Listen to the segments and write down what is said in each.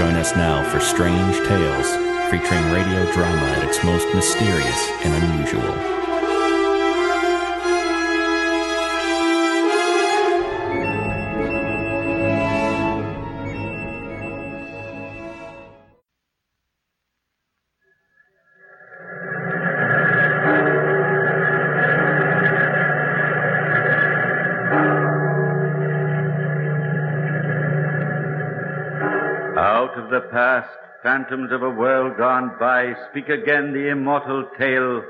Join us now for Strange Tales, featuring radio drama at its most mysterious and unusual. Out of the past, phantoms of a world gone by, speak again the immortal tale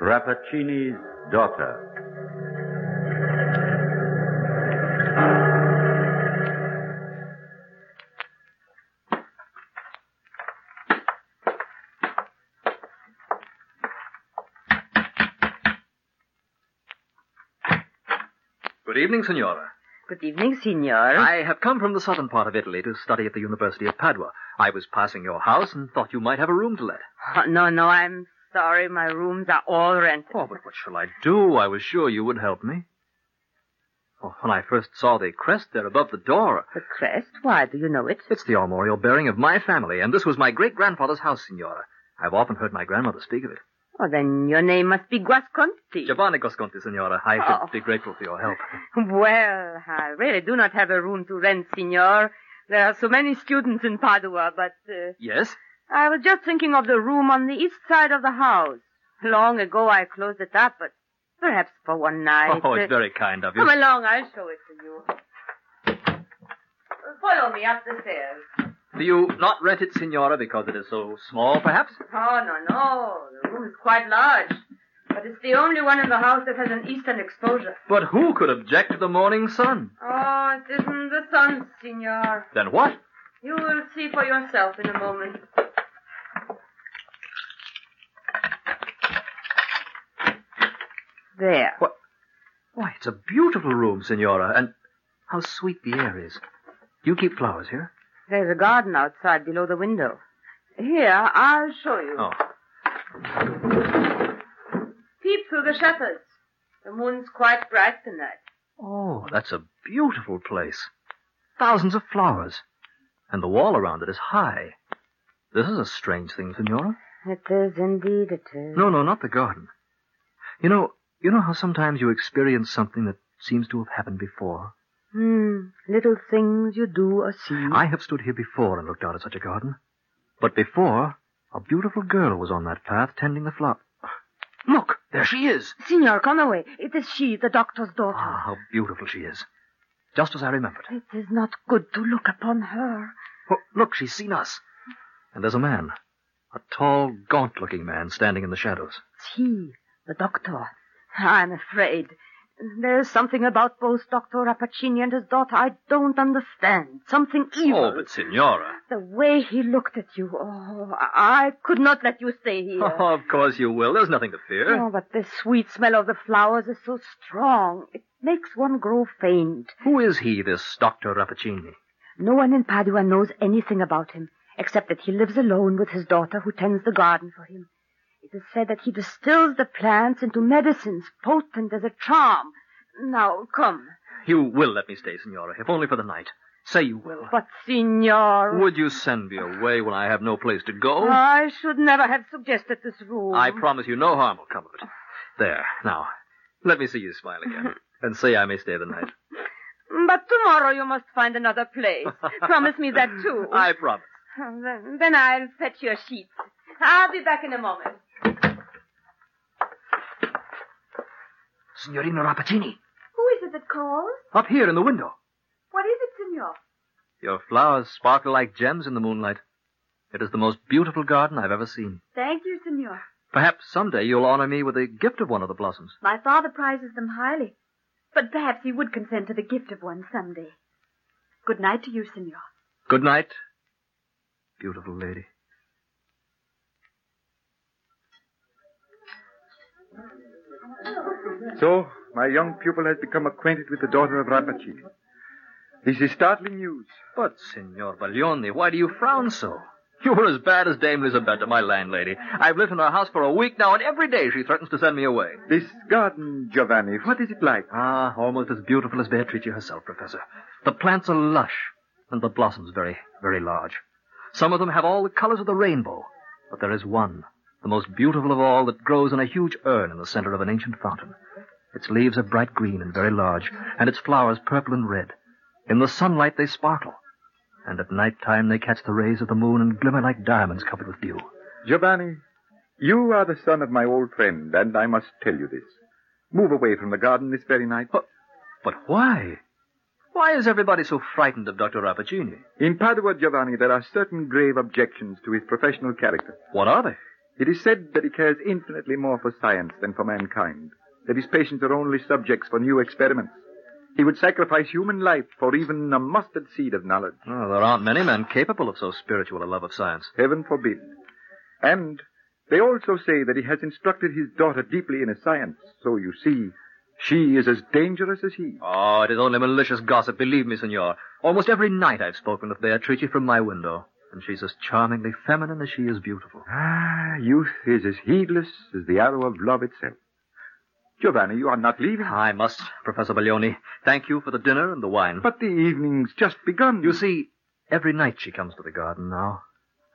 Rappaccini's Daughter. Good evening, Signora. Good evening, Signor. I have come from the southern part of Italy to study at the University of Padua. I was passing your house and thought you might have a room to let. Oh, no, no, I'm sorry. My rooms are all rented. Oh, but what shall I do? I was sure you would help me. Oh, when I first saw the crest there above the door, The crest? Why, do you know it? it's the armorial bearing of my family, and this was my great grandfather's house, Signora. I've often heard my grandmother speak of it. Oh, then your name must be Guasconti. Giovanni Gosconti, Signora, I should Oh. be grateful for your help. Well, I really do not have a room to rent, Signor. There are so many students in Padua, but uh, Yes? I was just thinking of the room on the east side of the house. Long ago I closed it up, but perhaps for one night. Oh, it's uh, very kind of you. Come along, I'll show it to you. Follow me up the stairs. Do you not rent it, Signora, because it is so small, perhaps? Oh, no, no. The room is quite large. But it's the only one in the house that has an eastern exposure. But who could object to the morning sun? Oh, it isn't the sun, signor. Then what? You will see for yourself in a moment. There. Why, it's a beautiful room, Signora, and how sweet the air is. Do you keep flowers here? There's a garden outside below the window. Here, I'll show you. Oh, Peep through the shutters. The moon's quite bright tonight. oh, that's a beautiful place. Thousands of flowers, and the wall around it is high. This is a strange thing, Signora. It is indeed, it is. No, no, not the garden. You know, you know how sometimes you experience something that seems to have happened before. Hmm, little things you do or see. I have stood here before and looked out at such a garden, but before a beautiful girl was on that path tending the flower. Look, there she is. Signor Conaway, it is she, the doctor's daughter. Ah, how beautiful she is. Just as I remembered. It is not good to look upon her. Oh, look, she's seen us. And there's a man. A tall, gaunt looking man standing in the shadows. It's he, the doctor. I'm afraid. There's something about both Dr. Rappaccini and his daughter I don't understand. Something evil. Oh, Signora. The way he looked at you. Oh, I I could not let you stay here. Oh, of course you will. There's nothing to fear. Oh, but the sweet smell of the flowers is so strong. It makes one grow faint. Who is he, this Dr. Rappaccini? No one in Padua knows anything about him, except that he lives alone with his daughter who tends the garden for him. It is said that he distills the plants into medicines potent as a charm. Now, come. You will let me stay, Signora, if only for the night. Say you will. But, signor, Would you send me away when I have no place to go? I should never have suggested this room. I promise you no harm will come of it. There, now. Let me see you smile again. and say I may stay the night. But tomorrow you must find another place. promise me that, too. I promise. Then, then I'll fetch your sheets. I'll be back in a moment. Signorina Rappaccini, Who is it that calls? up here in the window. What is it, Signor? Your flowers sparkle like gems in the moonlight. It is the most beautiful garden I've ever seen. Thank you, Signor. Perhaps someday you'll honor me with a gift of one of the blossoms. My father prizes them highly. But perhaps he would consent to the gift of one someday. Good night to you, Senor. Good night, beautiful lady. So, my young pupil has become acquainted with the daughter of Rappaccini. This is startling news. But, Signor Baglioni, why do you frown so? You were as bad as Dame Lisabetta, my landlady. I've lived in her house for a week now, and every day she threatens to send me away. This garden, Giovanni, what is it like? Ah, almost as beautiful as Beatrice herself, Professor. The plants are lush, and the blossoms very, very large. Some of them have all the colors of the rainbow, but there is one, the most beautiful of all, that grows in a huge urn in the center of an ancient fountain. Its leaves are bright green and very large, and its flowers purple and red. In the sunlight they sparkle, and at night time they catch the rays of the moon and glimmer like diamonds covered with dew. Giovanni, you are the son of my old friend, and I must tell you this. Move away from the garden this very night. But why? Why is everybody so frightened of Dr. Rappaccini? In Padua, Giovanni, there are certain grave objections to his professional character. What are they? It is said that he cares infinitely more for science than for mankind, that his patients are only subjects for new experiments. He would sacrifice human life for even a mustard seed of knowledge. Oh, there aren't many men capable of so spiritual a love of science. Heaven forbid. And they also say that he has instructed his daughter deeply in his science. So you see, she is as dangerous as he. Oh, it is only malicious gossip, believe me, senor. Almost every night I've spoken of Beatrice from my window, and she's as charmingly feminine as she is beautiful. Ah, youth is as heedless as the arrow of love itself. Giovanni, you are not leaving. I must, Professor Baglioni, thank you for the dinner and the wine. But the evening's just begun. you see, every night she comes to the garden now,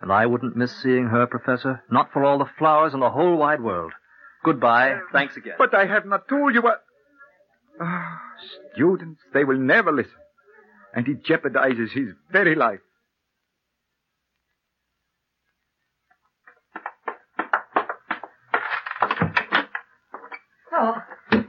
and I wouldn't miss seeing her, Professor, not for all the flowers in the whole wide world. Goodbye. Thanks again. But I have not told you what. Ah, students, they will never listen. And he jeopardizes his very life. Oh,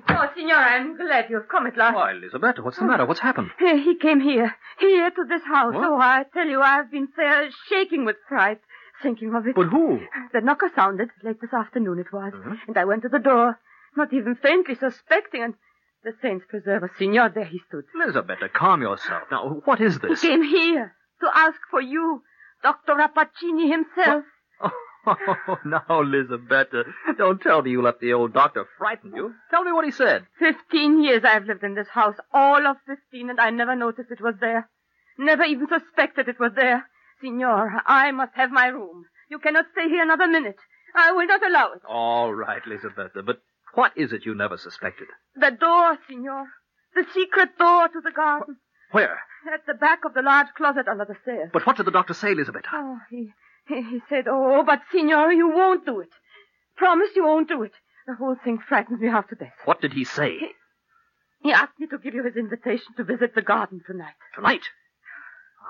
oh, Signora, I'm glad you've come at last. Why, Elisabetta, what's the matter? What's happened? Here, He came here, here to this house. What? Oh, I tell you, I've been fair shaking with fright, thinking of it. But who? Uh-huh. The knocker sounded, late this afternoon it was, and I went to the door, not even faintly suspecting, and the saints preserve us, Signor, there he stood. Elisabetta, calm yourself. Now, what is this? He came here to ask for you, Dr. Rappaccini himself. Oh, now, Elisabetta, don't tell me you let the old doctor frighten you. Tell me what he said. Fifteen years I've lived in this house, all of fifteen, and I never noticed it was there. Never even suspected it was there. Signor, I must have my room. You cannot stay here another minute. I will not allow it. All right, Elisabetta, but what is it you never suspected? The door, Signor. The secret door to the garden. Where? At the back of the large closet under the stairs. But what did the doctor say, Elisabetta? Oh, he, he, he said, oh, but Signor, you won't do it. Promise you won't do it. The whole thing frightens me half to death. What did he say? He asked me to give you his invitation to visit the garden tonight. Tonight.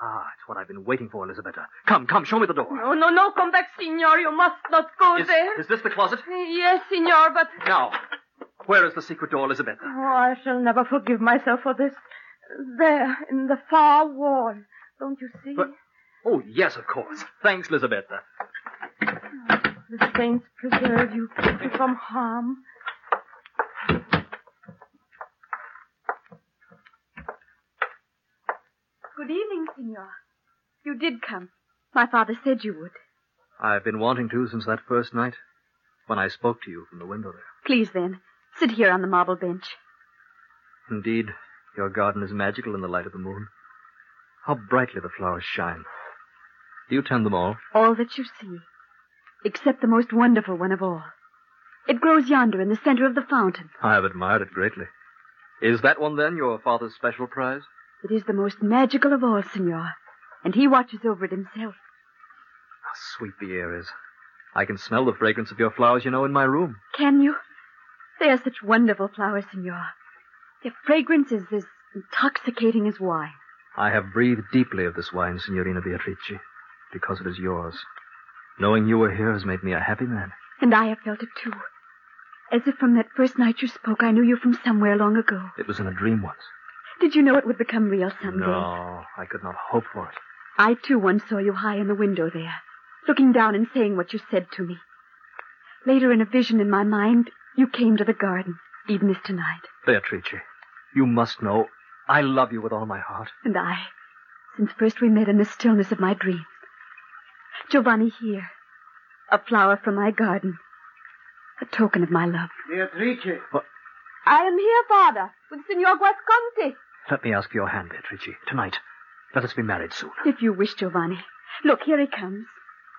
Ah, it's what I've been waiting for, Elisabetta. Come, come, show me the door. No, no, no, come back, Signor. You must not go Is, there. is this the closet? Yes, Signor, but... Now, where is the secret door, Elisabetta? Oh, I shall never forgive myself for this. There, in the far wall. Don't you see? But- Oh, yes, of course. Thanks, Elisabetta. The saints preserve you from harm. Good evening, Senor. You did come. My father said you would. I've been wanting to since that first night when I spoke to you from the window there. Please, then, sit here on the marble bench. Indeed, your garden is magical in the light of the moon. How brightly the flowers shine. Do you tend them all? All that you see, except the most wonderful one of all. It grows yonder in the center of the fountain. I have admired it greatly. Is that one, then, your father's special prize? It is the most magical of all, Senor, and he watches over it himself. How sweet the air is. I can smell the fragrance of your flowers, you know, in my room. Can you? They are such wonderful flowers, Senor. Their fragrance is as intoxicating as wine. I have breathed deeply of this wine, Signorina Beatrice, because it is yours. Knowing you were here has made me a happy man. And I have felt it too. As if from that first night you spoke, I knew you from somewhere long ago. It was in a dream once. Did you know it would become real someday? No, I could not hope for it. I too once saw you high in the window there, looking down and saying what you said to me. Later, in a vision in my mind, you came to the garden, even as tonight. Beatrice, you must know I love you with all my heart. And I, since first we met in the stillness of my dream. Giovanni here, a flower from my garden, a token of my love. Beatrice. I am here, Father, with Signor Guasconti. Let me ask for your hand, Beatrice, tonight. Let us be married soon. If you wish, Giovanni. Look, here he comes.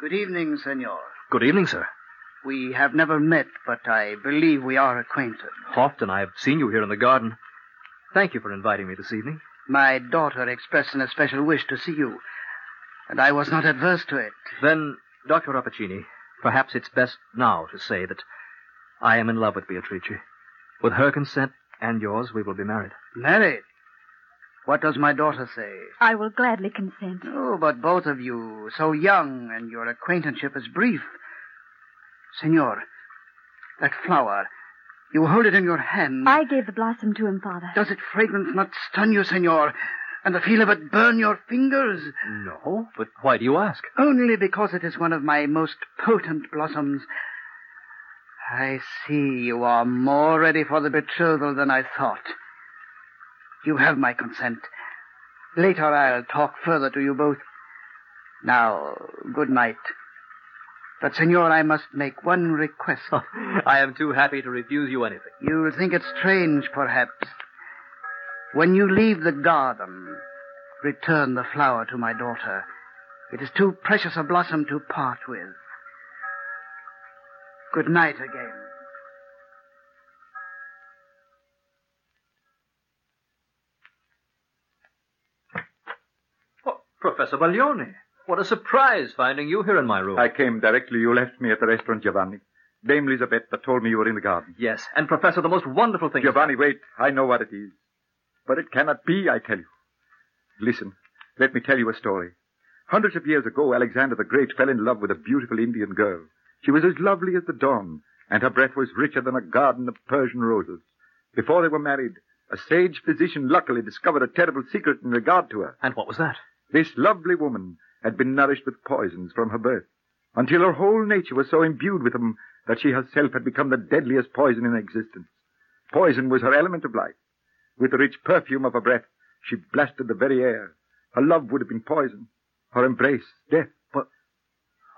Good evening, senor. Good evening, sir. We have never met, but I believe we are acquainted. Often I have seen you here in the garden. Thank you for inviting me this evening. My daughter expressed an especial wish to see you, and I was not adverse to it. Then, Dr. Rappaccini, perhaps it's best now to say that I am in love with Beatrice. With her consent and yours, we will be married. Married? What does my daughter say? I will gladly consent. Oh, but both of you, so young, and your acquaintanceship is brief. Senor, that flower, you hold it in your hand. I gave the blossom to him, Father. Does its fragrance not stun you, senor, and the feel of it burn your fingers? No, but why do you ask? Only because it is one of my most potent blossoms. I see you are more ready for the betrothal than I thought. You have my consent. Later I'll talk further to you both. Now, good night. But, senor, I must make one request. Oh. I am too happy to refuse you anything. You'll think it strange, perhaps. When you leave the garden, return the flower to my daughter. It is too precious a blossom to part with. Good night again. Oh, Professor Baglioni, what a surprise finding you here in my room. I came directly. You left me at the restaurant, Giovanni. Dame Lisabetta told me you were in the garden. Yes, and Professor, the most wonderful thing. Giovanni, wait. I know what it is. But it cannot be, I tell you. Listen, let me tell you a story. Hundreds of years ago, Alexander the Great fell in love with a beautiful Indian girl. She was as lovely as the dawn, and her breath was richer than a garden of Persian roses. Before they were married, a sage physician luckily discovered a terrible secret in regard to her. And what was that? This lovely woman had been nourished with poisons from her birth, until her whole nature was so imbued with them that she herself had become the deadliest poison in existence. Poison was her element of life. With the rich perfume of her breath, she blasted the very air. Her love would have been poison, her embrace, death.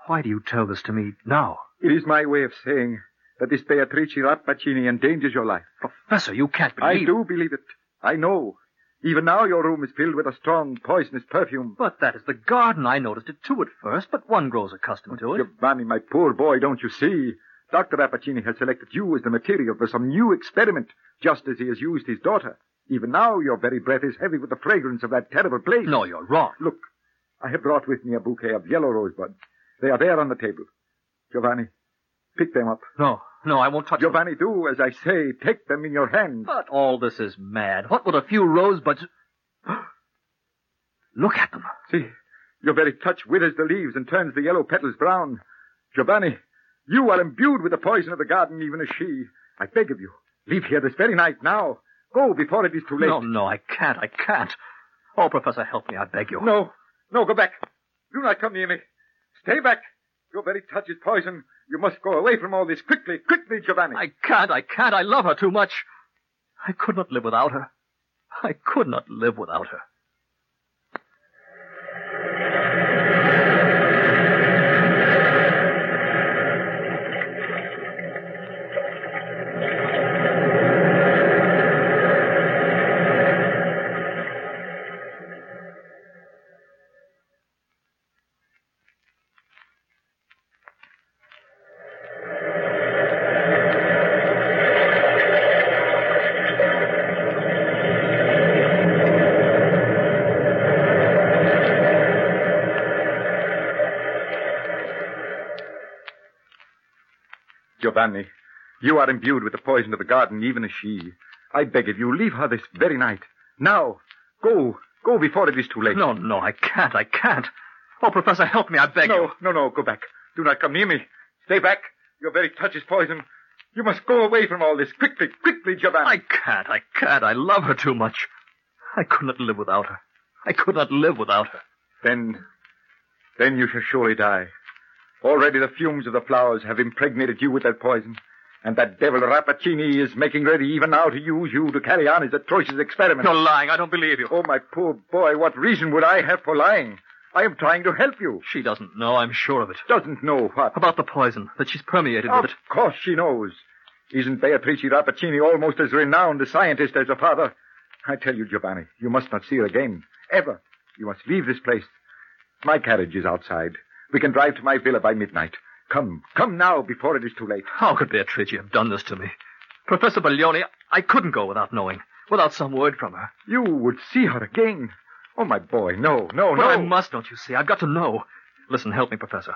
Why do you tell this to me now? It is my way of saying that this Beatrice Rappaccini endangers your life. Professor, you can't I believe do believe it. I know. Even now your room is filled with a strong, poisonous perfume. But that is the garden. I noticed it too at first, but one grows accustomed to it. Giovanni, my poor boy, don't you see? Dr. Rappaccini has selected you as the material for some new experiment, just as he has used his daughter. Even now your very breath is heavy with the fragrance of that terrible place. No, you're wrong. Look, I have brought with me a bouquet of yellow rosebuds. They are there on the table. Giovanni, pick them up. No, no, I won't touch it. Giovanni, do as I say. Take them in your hand. But all this is mad. What would a few rosebuds... Look at them. See, your very touch withers the leaves and turns the yellow petals brown. Giovanni, you are imbued with the poison of the garden, even as she. I beg of you, leave here this very night now. Go before it is too late. No, no, I can't. I can't. Oh, Professor, help me. I beg you. no, no, go back. Do not come near me. Stay back. Your very touch is poison. You must go away from all this quickly, quickly, Giovanni. I can't. I can't. I love her too much. I could not live without her. I could not live without her. Giovanni, you are imbued with the poison of the garden, even as she. I beg of you, leave her this very night. Now, go, go before it is too late. No, no, I can't. I can't. Oh, Professor, help me. I beg you. No, no, no, go back. Do not come near me. Stay back. Your very touch is poison. You must go away from all this. Quickly, quickly, I Giovanni. can't. I can't. I love her too much. I could not live without her. I could not live without her. Then, then you shall surely die. Already the fumes of the flowers have impregnated you with their poison, and that devil Rappaccini is making ready even now to use you to carry on his atrocious experiment. You're lying. I don't believe you. Oh, my poor boy, what reason would I have for lying? I am trying to help you. She doesn't know. I'm sure of it. Doesn't know what. About the poison, that she's permeated Of with it. course she knows. Isn't Beatrice Rappaccini almost as renowned a scientist as her father? I tell you, Giovanni, you must not see her again. Ever. You must leave this place. My carriage is outside. We can drive to my villa by midnight. Come, come now before it is too late. How could Beatrice have done this to me? Professor Baglioni, I couldn't go without knowing, without some word from her. You would see her again. Oh, my boy, no, no, but no. I must, don't you see? I've got to know. Listen, help me, Professor.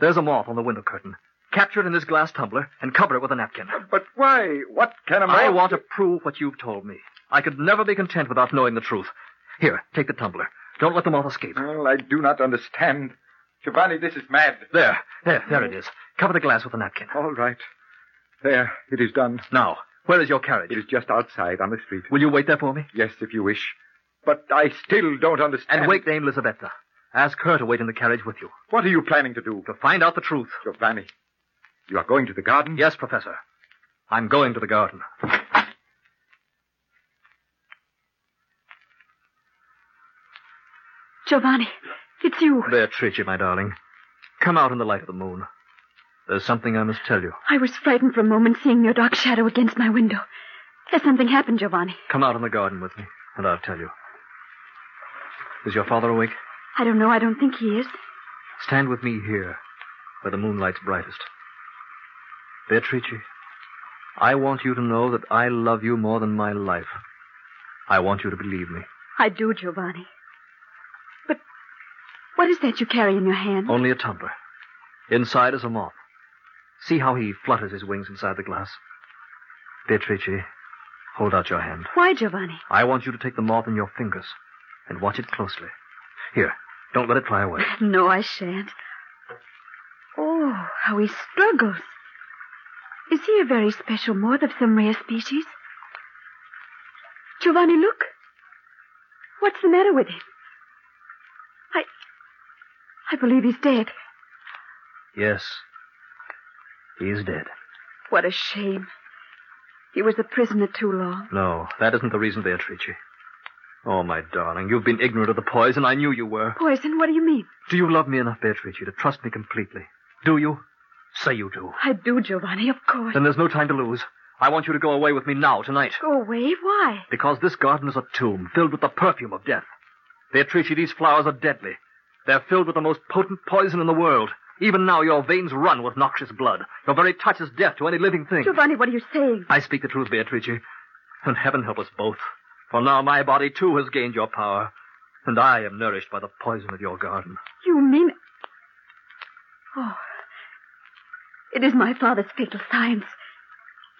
There's a moth on the window curtain. Capture it in this glass tumbler and cover it with a napkin. But why? What can a I man- want to prove what you've told me. I could never be content without knowing the truth. Here, take the tumbler. Don't let the moth escape. Well, I do not understand. Giovanni, this is mad. There, there, there it is. Cover the glass with a napkin. All right. There, it is done. Now, where is your carriage? It is just outside on the street. Will you wait there for me? Yes, if you wish. But I still don't understand. And wait Dame Lisabetta. Ask her to wait in the carriage with you What are you planning to do, to find out the truth. Giovanni? You are going to the garden? Yes, Professor. I'm going to the garden. Giovanni, it's you. Beatrice, my darling. Come out in the light of the moon. There's something I must tell you. I was frightened for a moment seeing your dark shadow against my window. Has something happened, Giovanni? Come out in the garden with me, and I'll tell you. Is your father awake? I don't know. I don't think he is. Stand with me here, where the moonlight's brightest. Beatrice, I want you to know that I love you more than my life. I want you to believe me. I do, Giovanni. But what is that you carry in your hand? Only a tumbler. Inside is a moth. See how he flutters his wings inside the glass. Beatrice, hold out your hand. Why, Giovanni? I want you to take the moth in your fingers and watch it closely. Here, don't let it fly away. No, I shan't. Oh, how he struggles. Is he a very special moth of some rare species? Giovanni, look. What's the matter with him? I. I believe he's dead. Yes. He's dead. What a shame. He was a prisoner too long. No, that isn't the reason, Beatrice. Oh, my darling, you've been ignorant of the poison. I knew you were. Poison? What do you mean? Do you love me enough, Beatrice, to trust me completely? Do you? Say you do. I do, Giovanni, of course. Then there's no time to lose. I want you to go away with me now, tonight. Go away? Why? Because this garden is a tomb filled with the perfume of death. Beatrice, these flowers are deadly. They're filled with the most potent poison in the world. Even now, your veins run with noxious blood. Your very touch is death to any living thing. Giovanni, what are you saying? I speak the truth, Beatrice. And heaven help us both. For now my body, too, has gained your power. And I am nourished by the poison of your garden. You mean. Oh. It is my father's fatal science.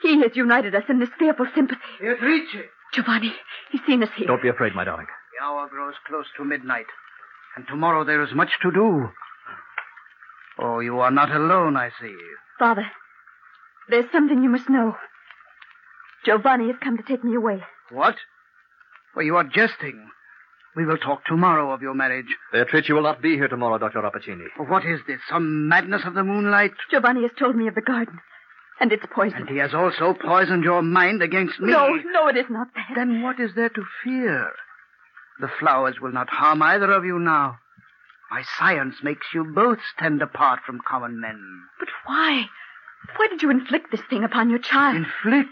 He has united us in this fearful sympathy. Beatrice! Giovanni, he's seen us here. Don't be afraid, my darling. The hour grows close to midnight, and tomorrow there is much to do. Oh, you are not alone, I see. Father, there's something you must know. Giovanni has come to take me away. What? Well, you are jesting. We will talk tomorrow of your marriage. Beatrice will not be here tomorrow, Dr. Rappaccini. What is this? Some madness of the moonlight? Giovanni has told me of the garden and its poison. And he has also poisoned your mind against me. No, no, it is not that. Then what is there to fear? The flowers will not harm either of you now. My science makes you both stand apart from common men. But why? Why did you inflict this thing upon your child? Inflict.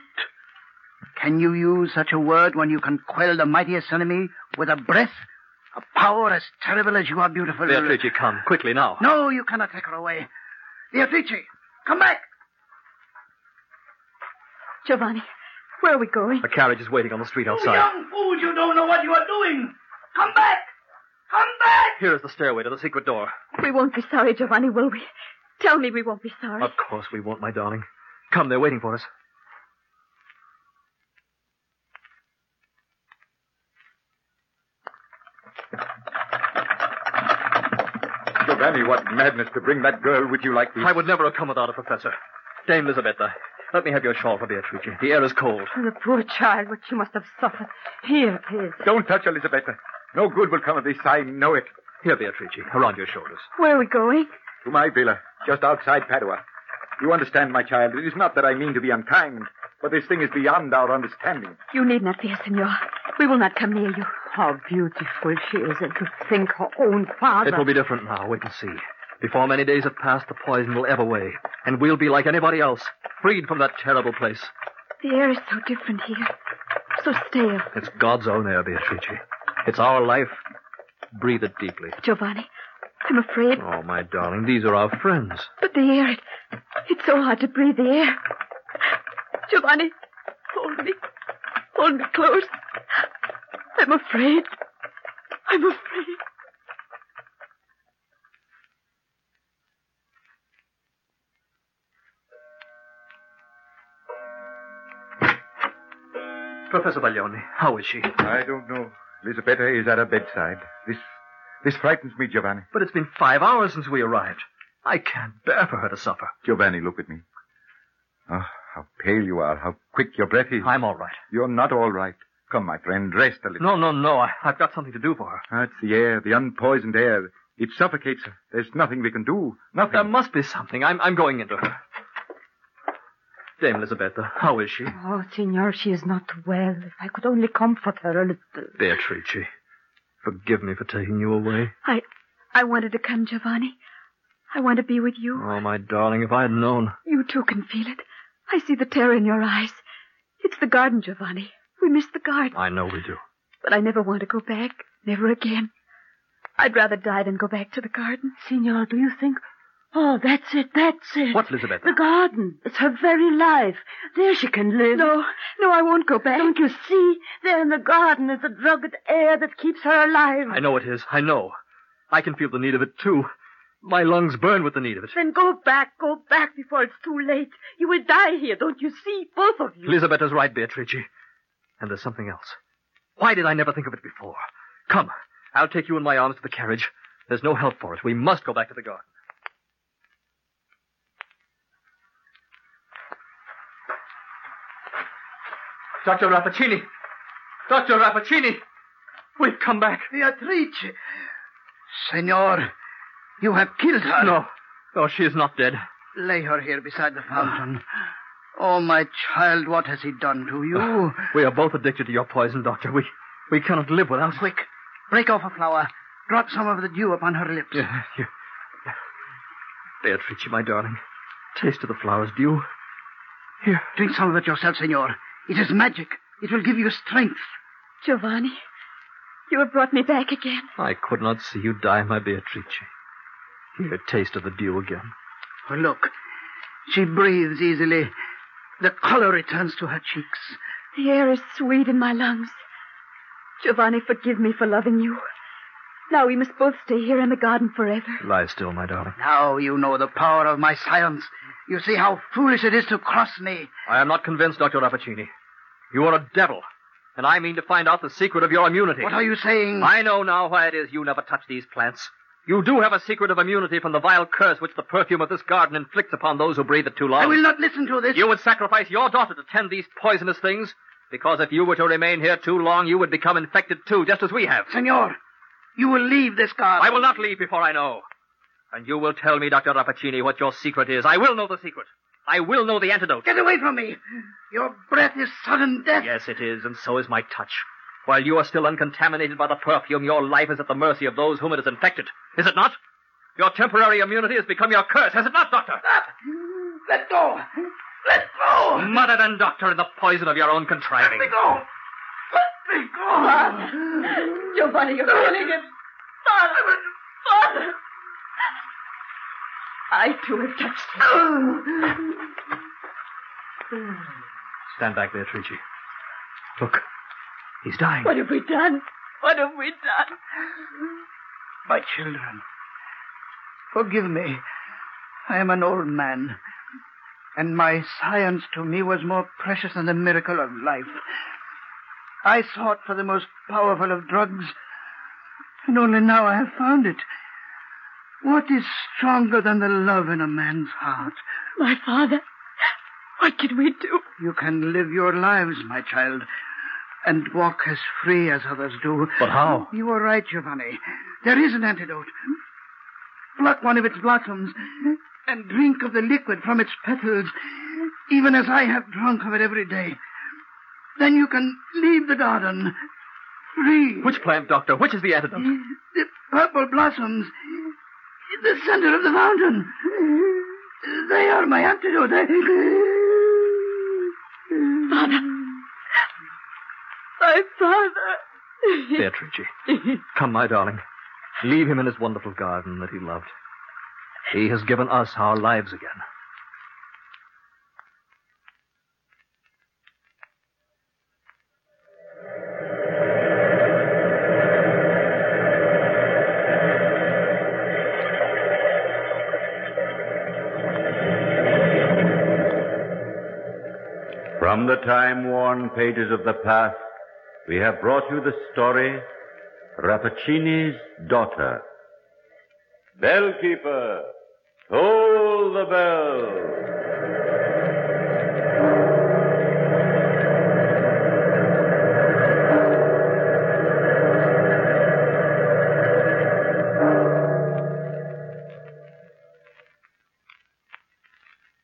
Can you use such a word when you can quell the mightiest enemy with a breath? A power as terrible as you are beautiful. Beatrice, come, quickly now. No, you cannot take her away. Beatrice, come back. Giovanni, where are we going? A carriage is waiting on the street You outside. young fools, you don't know what you are doing. Come back. Come back. Here is the stairway to the secret door. We won't be sorry, Giovanni, will we? Tell me we won't be sorry. Of course we won't, my darling. Come, they're waiting for us. Giovanni, what madness to bring that girl with you like this. I would never have come without a professor. Dame Lisabetta, let me have your shawl for Beatrice. The air is cold. The poor child, what she must have suffered. Here, here. Don't touch Elisabetta. No good will come of this. I know it. Here, Beatrice, around your shoulders. Where are we going? To my villa, just outside Padua. You understand, my child, it is not that I mean to be unkind, but this thing is beyond our understanding. You need not fear, senor. We will not come near you. How beautiful she is, and to think her own father. It will be different now. Wait and see. Before many days have passed, the poison will ebb away, and we'll be like anybody else, freed from that terrible place. The air is so different here. So stale. It's God's own air, Beatrice. It's our life. Breathe it deeply. Giovanni, I'm afraid. Oh, my darling, these are our friends. But the air, it, it's so hard to breathe the air. Giovanni, hold me. Hold me close. I'm afraid. I'm afraid. Professor Baglioni, how is she? I don't know. Lisabetta is at her bedside. This, this frightens me, Giovanni. But it's been five hours since we arrived. I can't bear for her to suffer. Giovanni, look at me. Oh, how pale you are, how quick your breath is. I'm all right. You're not all right. Come, my friend, rest a little. No, no, no. I, I've got something to do for her. Ah, it's the air, the unpoisoned air. It suffocates her. There's nothing we can do. Nothing. There must be something. I'm, I'm going into her. Dame Elisabetta, how is she? Oh, Signor, she is not well. If I could only comfort her a little. Beatrice, forgive me for taking you away. I, I wanted to come, Giovanni. I want to be with you. Oh, my darling, if I had known. You too can feel it. I see the terror in your eyes. It's the garden, Giovanni. We miss the garden, I know we do. but I never want to go back. Never again. I'd rather die than go back to the garden. Signor, do you think? Oh, that's it, that's it. What, Elisabetta? The garden. It's her very life. There she can live. No, no, I won't go back. Don't you see? There in the garden is the drugged air that keeps her alive. I know it is. I know. I can feel the need of it, too. My lungs burn with the need of it. Then go back, go back before it's too late. You will die here, don't you see? Both of you. Elisabetta's right, Beatrice. And there's something else. Why did I never think of it before? Come, I'll take you in my arms to the carriage. There's no help for it. We must go back to the garden. Dr. Rappaccini! Dr. Rappaccini! We've come back. Beatrice! Senor, you have killed her. No, no, she is not dead. Lay her here beside the fountain. Oh, my child, what has he done to you? We are both addicted to your poison, Doctor. We, we cannot live without it. Quick, break off a flower. Drop some of the dew upon her lips. Yeah, yeah. Beatrice, my darling, taste of the flowers, dew. Here, Drink some of it yourself, senor. It is magic. It will give you strength. Giovanni, you have brought me back again. I could not see you die, my Beatrice. Here, taste of the dew again. Oh, look. She breathes easily. The color returns to her cheeks. The air is sweet in my lungs. Giovanni, forgive me for loving you. Now we must both stay here in the garden forever. Lie still, my darling. Now you know the power of my science. You see how foolish it is to cross me. I am not convinced, Dr. Rappaccini. You are a devil, and I mean to find out the secret of your immunity. What are you saying? I know now why it is you never touch these plants. You do have a secret of immunity from the vile curse which the perfume of this garden inflicts upon those who breathe it too long. I will not listen to this. You would sacrifice your daughter to tend these poisonous things, because if you were to remain here too long, you would become infected too, just as we have. Senor, you will leave this garden. I will not leave before I know. And you will tell me, Dr. Rappaccini, what your secret is. I will know the secret. I will know the antidote. Get away from me. Your breath is sudden death. Yes, it is, and so is my touch. While you are still uncontaminated by the perfume, your life is at the mercy of those whom it has infected. Is it not? Your temporary immunity has become your curse, has it not, Doctor? Stop. Let go. Let go. Mother and doctor in the poison of your own contriving. Let me go. Let me go. Giovanni, you're killing him. Father! Father! I too have touched him. Stand back there, Beatrice. Look, he's dying. What have we done? What have we done? My children, forgive me. I am an old man, and my science to me was more precious than the miracle of life. I sought for the most powerful of drugs, and only now I have found it. What is stronger than the love in a man's heart? My father. What can we do? You can live your lives, my child, and walk as free as others do. But how? You were right, Giovanni. There is an antidote. pluck one of its blossoms and drink of the liquid from its petals, even as I have drunk of it every day. Then you can leave the garden free. Which plant, Doctor? Which is the Mm. antidote? The purple blossoms in the center of the fountain. They are my antidote. Father. My father. Beatrice. Come, my darling. Leave him in his wonderful garden that he loved. He has given us our lives again. From the time-worn pages of the past, we have brought you the story, Rappaccini's Daughter. Bellkeeper, toll the bell.